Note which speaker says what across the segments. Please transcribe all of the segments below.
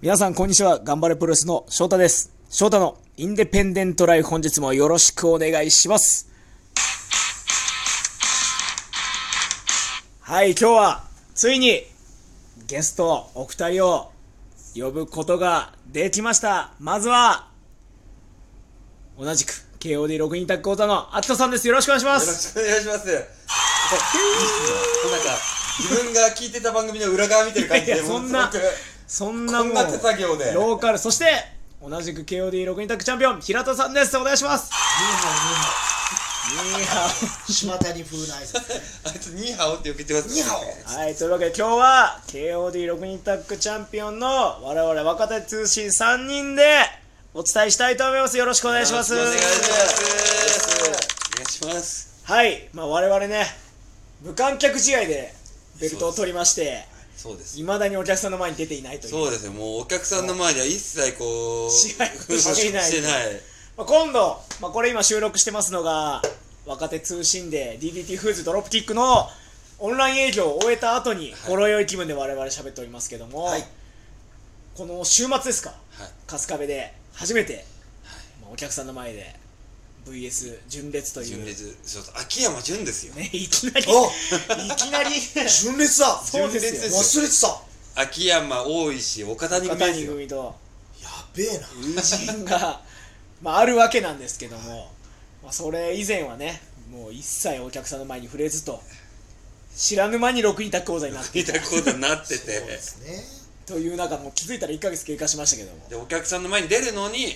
Speaker 1: 皆さん、こんにちは。頑張れプロレスの翔太です。翔太のインデペンデントライフ本日もよろしくお願いします。はい、今日は、ついに、ゲスト、お二人を呼ぶことができました。まずは、同じく、KOD6 人タッグオータの秋田さんです。よろしくお願いしま
Speaker 2: よろ
Speaker 1: す。
Speaker 2: しくお願いします。なんか、自分が聞いてた番組の裏側見てる感じ
Speaker 1: い
Speaker 2: で、
Speaker 1: やそんな
Speaker 2: ものすごく
Speaker 1: そんなも
Speaker 2: こんな手作業で
Speaker 1: ローカル、そして、同じく KOD6 人タッグチャンピオン、平田さんです。お願いします。
Speaker 3: 島谷風の挨拶ね
Speaker 2: あいつ、ニーハオってよく言ってます、ね。
Speaker 3: ニーハオ
Speaker 1: はい、というわけで今日は KOD6 人タッグチャンピオンの我々若手通信3人でお伝えしたいと思います。よろしくお願いします。
Speaker 2: お願いします。お願いします。
Speaker 1: はい、まあ我々ね、無観客試合でベルトを取りまして、
Speaker 2: そうです
Speaker 1: い。まだにお客さんの前に出ていないという。
Speaker 2: そうですよ。もうお客さんの前では一切こう、
Speaker 1: 試合をしていない
Speaker 2: してない
Speaker 1: まあ、今度、まあ、これ今収録してますのが若手通信で DDT フーズドロップキックのオンライン営業を終えた後に、ほろ酔い気分で我々喋っておりますけども、
Speaker 2: はい
Speaker 1: この週末ですか、
Speaker 2: はい
Speaker 1: 春日部で初めて、まあ、お客さんの前で VS 純烈という
Speaker 2: 純、烈、そうそう秋山純ですよ。
Speaker 1: ね、いきなり
Speaker 3: お
Speaker 1: いき なり
Speaker 3: 純烈だ
Speaker 1: そうですよ
Speaker 2: 純烈です
Speaker 3: 忘れてた
Speaker 2: 秋山、大石、岡谷組
Speaker 1: 若
Speaker 2: です
Speaker 1: 谷
Speaker 2: よ。
Speaker 1: 組と
Speaker 3: やべえな
Speaker 1: 友人が、まあ、あるわけなんですけども、まあ、それ以前はねもう一切お客さんの前に触れずと知らぬ間に6位タ講座になって
Speaker 2: 聞いたことになって
Speaker 3: そうで
Speaker 2: て。
Speaker 3: すね
Speaker 1: という中もう気づいたら1ヶ月経過しましたけども
Speaker 2: でお客さんの前に出るのに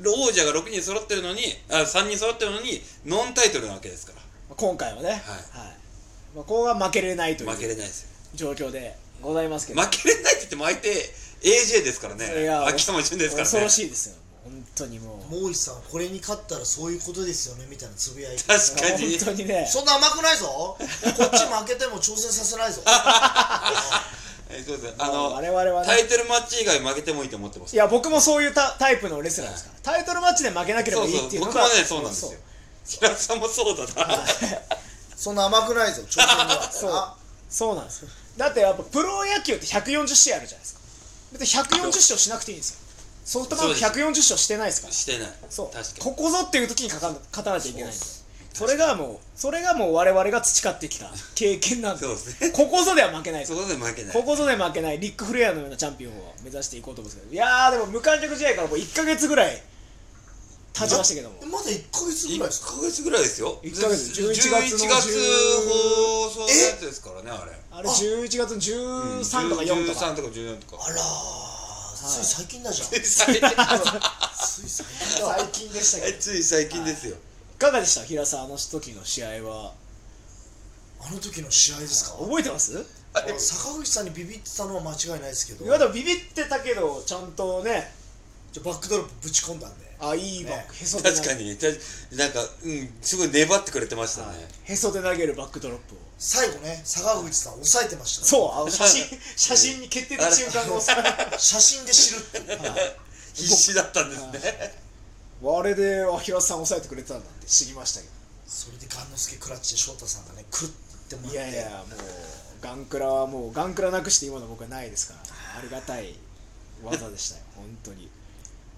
Speaker 2: 王者が6人揃ってるのにあ3人揃ってるのにノンタイトルなわけですか
Speaker 1: まあ今回はね、はいまあ、ここは負けれないと
Speaker 2: ら
Speaker 1: い
Speaker 2: 負けれ
Speaker 1: う
Speaker 2: ないです
Speaker 1: 状況でございますけ
Speaker 2: よ
Speaker 1: ど、
Speaker 2: 負けれないって言っても相手 AJ ですから
Speaker 1: それ
Speaker 2: ね
Speaker 1: が
Speaker 2: 秋様順ですから
Speaker 1: 恐
Speaker 2: ね
Speaker 1: ろしいですよ本当にもう
Speaker 3: 毛利さんこれに勝ったらそういうことですよねみたいなつぶやいて
Speaker 2: 確かに
Speaker 1: 本当にね
Speaker 3: そんな甘くないぞこっち負けても挑戦さ せないぞ
Speaker 2: えそうですあ
Speaker 1: もう
Speaker 2: の
Speaker 1: 我々は
Speaker 2: タ
Speaker 1: ね
Speaker 2: イトルマッチ以外負けてもいいと思ってま
Speaker 1: い
Speaker 2: す
Speaker 1: や僕もそういうタタイプのレスラーですからタイトルマッチで負けなければいいっていうのが
Speaker 2: そうそう僕もねそうなんですよ平田さんもそうだな、
Speaker 3: そんな甘くないぞ挑戦に
Speaker 1: そう
Speaker 3: は
Speaker 1: そうなんですよだってやっぱプロ野球って140試合あるじゃないですか別に140勝しなくていいんですよソフトバンク140勝してないですから
Speaker 2: してない
Speaker 1: そう
Speaker 2: 確かに
Speaker 1: ここぞっていう時にかかん勝たなきゃいけないんでそれがもうそれがもう我々が培ってきた経験なんで
Speaker 2: そうですね
Speaker 1: ここぞでは負けないです
Speaker 2: そこで負けない
Speaker 1: ここぞで負けないリック・フレアのようなチャンピオンを目指していこうと思うんですけどいやーでも無観客試合からもう1か月ぐらい経ちましたけども
Speaker 3: あまだ1ヶ月ぐ
Speaker 2: 1
Speaker 3: らいですか
Speaker 2: ヶ月ぐらいですよ
Speaker 1: 一ヶ月
Speaker 2: 11
Speaker 1: 11
Speaker 2: 月
Speaker 1: 月
Speaker 2: の
Speaker 1: の
Speaker 2: 放送のやつですからねあれ
Speaker 1: あれ11月の13とか4とか
Speaker 2: 13とか14とか
Speaker 3: あらーつい最近だじゃんつい最近だ
Speaker 1: 最近でしたけど
Speaker 2: つい最近ですよ
Speaker 1: いかがでした平沢の時の試合は
Speaker 3: あの時の試合ですか
Speaker 1: 覚えてます
Speaker 2: あでも
Speaker 3: 坂口さんにビビってたのは間違いないですけど
Speaker 1: いやでもビビってたけどちゃんとね
Speaker 3: じゃあバックドロップぶち込んだんで
Speaker 1: あいいバック、
Speaker 3: ね
Speaker 1: へそで
Speaker 2: 確か
Speaker 1: 投げ
Speaker 2: に確かなんかうんすごい粘ってくれてましたね
Speaker 1: へそで投げるバックドロップを
Speaker 3: 最後ね坂口さん抑えてましたね
Speaker 1: そうあの写真写真に決定の瞬間が押された
Speaker 3: 写真で知るっていう
Speaker 2: 必死だったんですね
Speaker 1: あれであ平田さん抑えてくれてたんだって知りましたけ
Speaker 3: それで雁之助クラッチで翔太さんがねくるってもらっ
Speaker 1: どい
Speaker 3: て
Speaker 1: やいやもうガンクラはもうガンクラなくして今の僕はないですからありがたい技でしたよ本当にい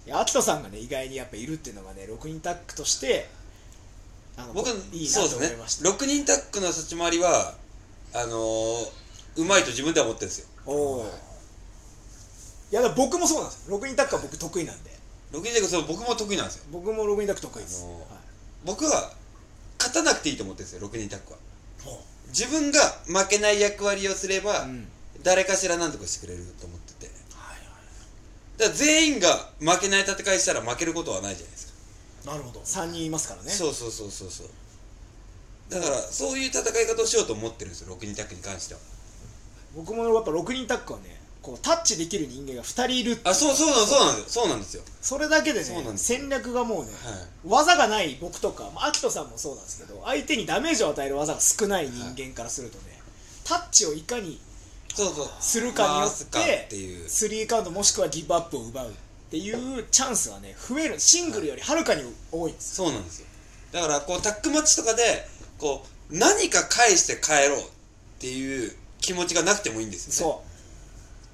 Speaker 1: や秋田さんがね意外にやっぱいるっていうのがね6人タッグとしてあの
Speaker 2: 僕
Speaker 1: いいな
Speaker 2: そう
Speaker 1: と
Speaker 2: で
Speaker 1: 思いますし
Speaker 2: ね
Speaker 1: た
Speaker 2: 6人タックの立ち回りはあのーうまいと自分では思ってるんですよ
Speaker 1: おおいやだから僕もそうなんですよ6人タッグは僕得意なんで
Speaker 2: 6人タックそう僕も得意なんですよ
Speaker 1: 僕も6人タッグ得意です、
Speaker 2: あのー
Speaker 1: はい
Speaker 2: 僕は勝たなくていいと思ってるんですよ6人タックは
Speaker 3: も
Speaker 2: 自分が負けない役割をすれば、
Speaker 1: うん
Speaker 2: 誰かしら何とかしてくれると思ってて、だから全員が負けない戦いしたら負けることはないじゃないですか
Speaker 3: うなるほど
Speaker 1: 3人いますからね
Speaker 2: そうそうそうそうそうだからそういう戦い方をしようと思ってるんですよ6人タッグに関しては
Speaker 1: 僕もやっぱ6人タッグはねこうタッチできる人間が2人いるって
Speaker 2: あそうそうなんそうなんですよそうなんですよ
Speaker 1: それだけでね
Speaker 2: そうなんですよ
Speaker 1: 戦略がもうね、
Speaker 2: はい
Speaker 1: 技がない僕とか、まあ、秋人さんもそうなんですけど相手にダメージを与える技が少ない人間からするとね、タッチをいかに
Speaker 2: そうそう
Speaker 1: するかによ
Speaker 2: 回
Speaker 1: っ
Speaker 2: すか
Speaker 1: て
Speaker 2: っていう
Speaker 1: スリーカウントもしくはギブアップを奪うっていうチャンスはね増えるシングルよりはるかに多いんです
Speaker 2: そうなんですよだからこうタッグマッチとかでこう何か返して帰ろうっていう気持ちがなくてもいいんですよね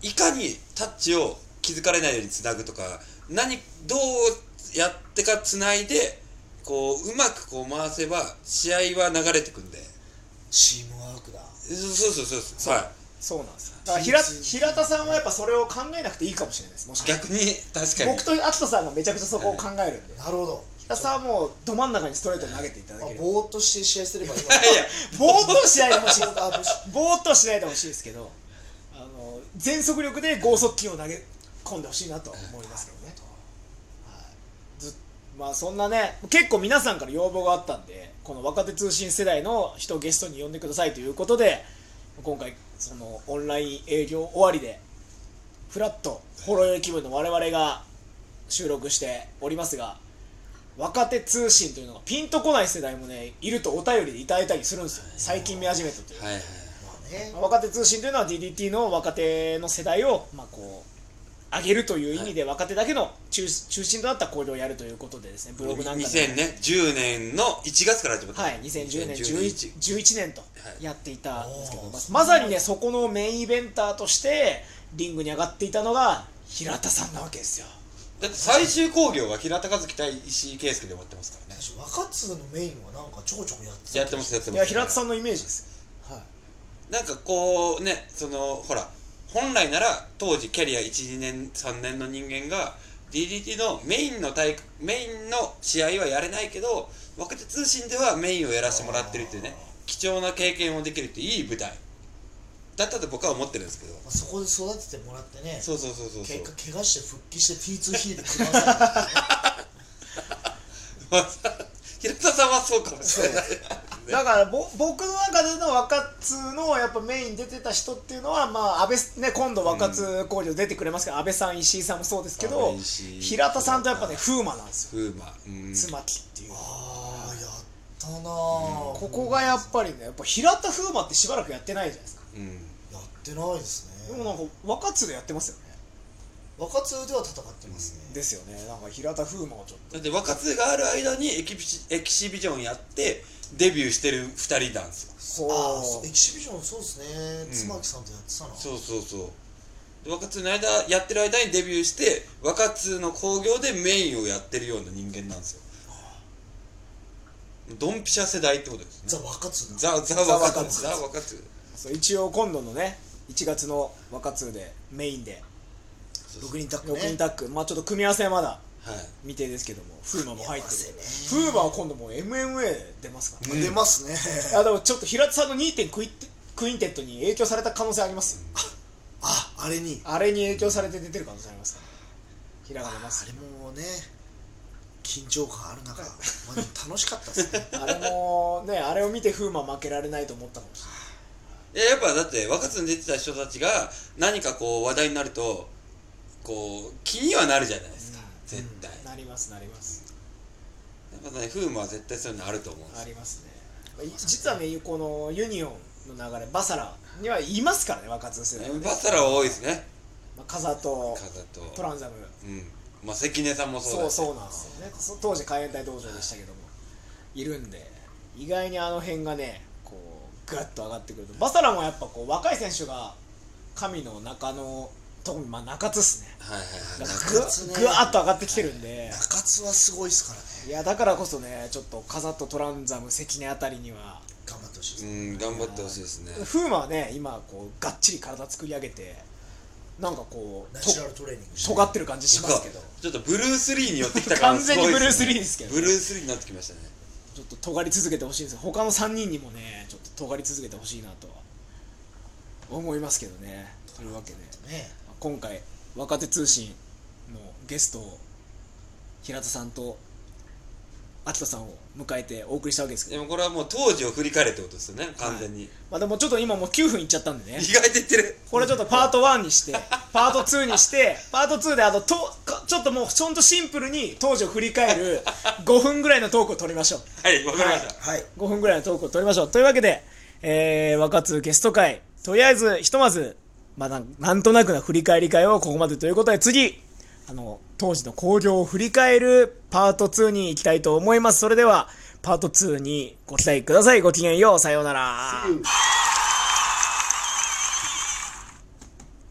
Speaker 1: そ
Speaker 2: いかにタッチを気づかれないようにつなぐとか何どうやってかつないでこううまくこう回せば試合は流れてくんで
Speaker 3: チームワークだ
Speaker 2: そうそうそうそうはい
Speaker 1: そうなんですよだから平平田さんはやっぱそれを考えなくていいかもしれないですもしかし
Speaker 2: 逆に確
Speaker 1: た
Speaker 2: からに
Speaker 1: 僕とアキトさんがめちゃくちゃそこを考えるんで、
Speaker 3: なるほど
Speaker 1: 平田さんはもうど真ん中にストレート投げていただ
Speaker 3: まあ
Speaker 1: ければ
Speaker 3: ぼーっとして試合すればいいわ
Speaker 2: いや
Speaker 1: ぼーっとしないでほしい
Speaker 3: あどうし
Speaker 1: ぼーっとしないでほしいですけどあの全速力で剛速球を投げ込んでほしいなとは思いますけどね、はい、ずまあそんなね結構皆さんから要望があったんでこの若手通信世代の人をゲストに呼んでくださいということで今回そのオンライン営業終わりでフラッとほろ酔い気分の我々が収録しておりますが若手通信というのがピンとこない世代もねいるとお便りでいただいたりするんですよ最近見始めたという
Speaker 2: はいはい
Speaker 3: まあね
Speaker 1: まあ若手通信というのは DDT の若手の世代を、まあ、こう上げるという意味で若手だけの中,、中心となった交流をやるということでですねブログなんかでも
Speaker 2: 2010年の1月から始まった
Speaker 1: はい、2010年11 11年とやっていたんですけど、
Speaker 3: はい
Speaker 1: まあまさにねそこのメインイベンターとしてリングに上がっていたのが平田さんなわけですよ
Speaker 2: だって最終興行は平田和樹対石井圭介で終わってますからね
Speaker 3: 私若津のメインはなんかちょこちょこやってた
Speaker 2: やってますやって
Speaker 1: い
Speaker 2: ます
Speaker 1: や平田さんのイメージですはい
Speaker 2: なんかこうねそのほら本来なら当時キャリア12年3年の人間が DDT のメインの大メインの試合はやれないけど若手通信ではメインをやらせてもらってるっていうね貴重な経験をできるっていい舞台だったと僕は思ってるんですけど
Speaker 3: まあ、そこで育ててもらってね
Speaker 2: そうそうそうそうそう
Speaker 3: 結果怪我して復帰して T2 ヒーでください
Speaker 2: 平田さんはそうかもしれない
Speaker 1: だからぼ僕の中での若津のやっぱメインに出てた人っていうのは、まあ、安倍ね今度若津工場出てくれますけど、安倍さん石井さんもそうですけど
Speaker 2: 安倍石井
Speaker 1: 平田さんとやっぱね風磨なんですよ
Speaker 2: 風磨うん
Speaker 1: 妻木っていう
Speaker 3: ああやったなあ、
Speaker 1: ここがやっぱりねやっぱ平田風磨ってしばらくやってないじゃないですか
Speaker 2: うん
Speaker 3: やってないです
Speaker 1: で
Speaker 3: ね
Speaker 1: もなんか若津でやってますよね
Speaker 3: 若津では戦ってますね、
Speaker 1: ですよねなんか平田風磨をちょっ
Speaker 2: だって若津がある間にエキビシエキシビジョンやってデビューしてる2人なんですよ
Speaker 1: と
Speaker 3: ああ
Speaker 1: こ
Speaker 3: そうエキシビジョンそうですね、
Speaker 2: ん
Speaker 3: 妻木さんとやってたな
Speaker 2: そうそうそうで若津の間やってる間にデビューして若津の興行でメインをやってるような人間なんですよドンピシャ世代ってことですね
Speaker 3: ザ・若津だ
Speaker 2: ザ・ザ・
Speaker 1: ザ
Speaker 2: 若津
Speaker 1: 若
Speaker 2: ザ・若津
Speaker 1: そう一応今度のね1月の若津でメインで
Speaker 3: 六人タック
Speaker 1: 6
Speaker 3: ね
Speaker 1: 人タッグ、まあちょっと組み合わせはまだ
Speaker 2: はい
Speaker 1: 未定ですけども風磨も入ってるんで
Speaker 3: 組
Speaker 1: 風磨は今度もう MMA で出ますからね、
Speaker 2: うん
Speaker 3: 出ますね
Speaker 1: あでもちょっと平田さんの2点クイックインテットに影響された可能性ありますよ
Speaker 3: ああれに
Speaker 1: あれに影響されて出てる可能性ありますから平
Speaker 3: あ
Speaker 1: 賀出ます
Speaker 3: れもね緊張感ある中、まあ、でも楽しかったで すね
Speaker 1: あれもねあれを見て風磨負けられないと思ったかもし
Speaker 2: いややっぱだって若津に出てた人たちが何かこう話題になるとこう気にはなるじゃないですか、
Speaker 1: うん
Speaker 2: 絶対、
Speaker 1: れないなりますなります
Speaker 2: やっぱね風磨は絶対そういうのあると思うんです
Speaker 1: あ
Speaker 2: よ
Speaker 1: りますねい実はねこのユニオンの流れバサラにはいますからね若津世代はね
Speaker 2: バサラは多いですね
Speaker 1: まあ風と
Speaker 2: 風と
Speaker 1: トランザム
Speaker 2: うんまあ関根さんもそう
Speaker 1: そ
Speaker 2: だ
Speaker 1: う
Speaker 2: し
Speaker 1: そうなんですよねそ当時海援隊道場でしたけどもいるんで意外にあの辺がねこうガッと上がってくるとバサラもやっぱこう若い選手が神の中野特にまあ中津っすね
Speaker 2: はいはい
Speaker 1: が
Speaker 2: はい
Speaker 1: ぐ
Speaker 3: 中津ね
Speaker 1: ぐわっと上がってきてるんで
Speaker 3: 中津はすごいですからね
Speaker 1: いやだからこそねちょっとカザとトランザム関根あたりには
Speaker 3: 頑張ってほしいです、
Speaker 2: うん頑張ってほしいですね
Speaker 1: 風磨はね今こうがっちり体作り上げてなんかこう
Speaker 3: ナ
Speaker 1: と
Speaker 3: チュラルトレーニングして
Speaker 1: 尖ってる感じしますけど
Speaker 2: ちょっとブルース・リーに寄ってきたから
Speaker 1: 完全にブルース・リーですけど
Speaker 2: ブルース・リーになってきましたね
Speaker 1: ちょっと尖り続けてほしいんですよ他の3人にもねちょっと尖り続けてほしいなとは思いますけどねというわけで
Speaker 3: ね
Speaker 1: 今回若手通信のゲストを平田さんと秋田さんを迎えてお送りしたわけですけ
Speaker 2: で
Speaker 1: ど、
Speaker 2: もこれはもう当時を振り返れってことですよね完全に、
Speaker 1: まあ、でもちょっと今もう9分いっちゃったんでね
Speaker 2: 意外といってる
Speaker 1: これちょっとパート1にしてパート2にしてパート2であのとかちょっともうちょんとシンプルに当時を振り返る5分ぐらいのトークを取りましょう
Speaker 2: はいわかりました、
Speaker 3: はい
Speaker 1: 5分ぐらいのトークを取りましょうというわけで、えー、若津ゲスト会とりあえずひとまず、まあ、なんなんとなくの振り返り会をここまでということで次あの当時の興行を振り返るパート2に行きたいと思いますそれではパート2にご期待くださいごきげんようさようなら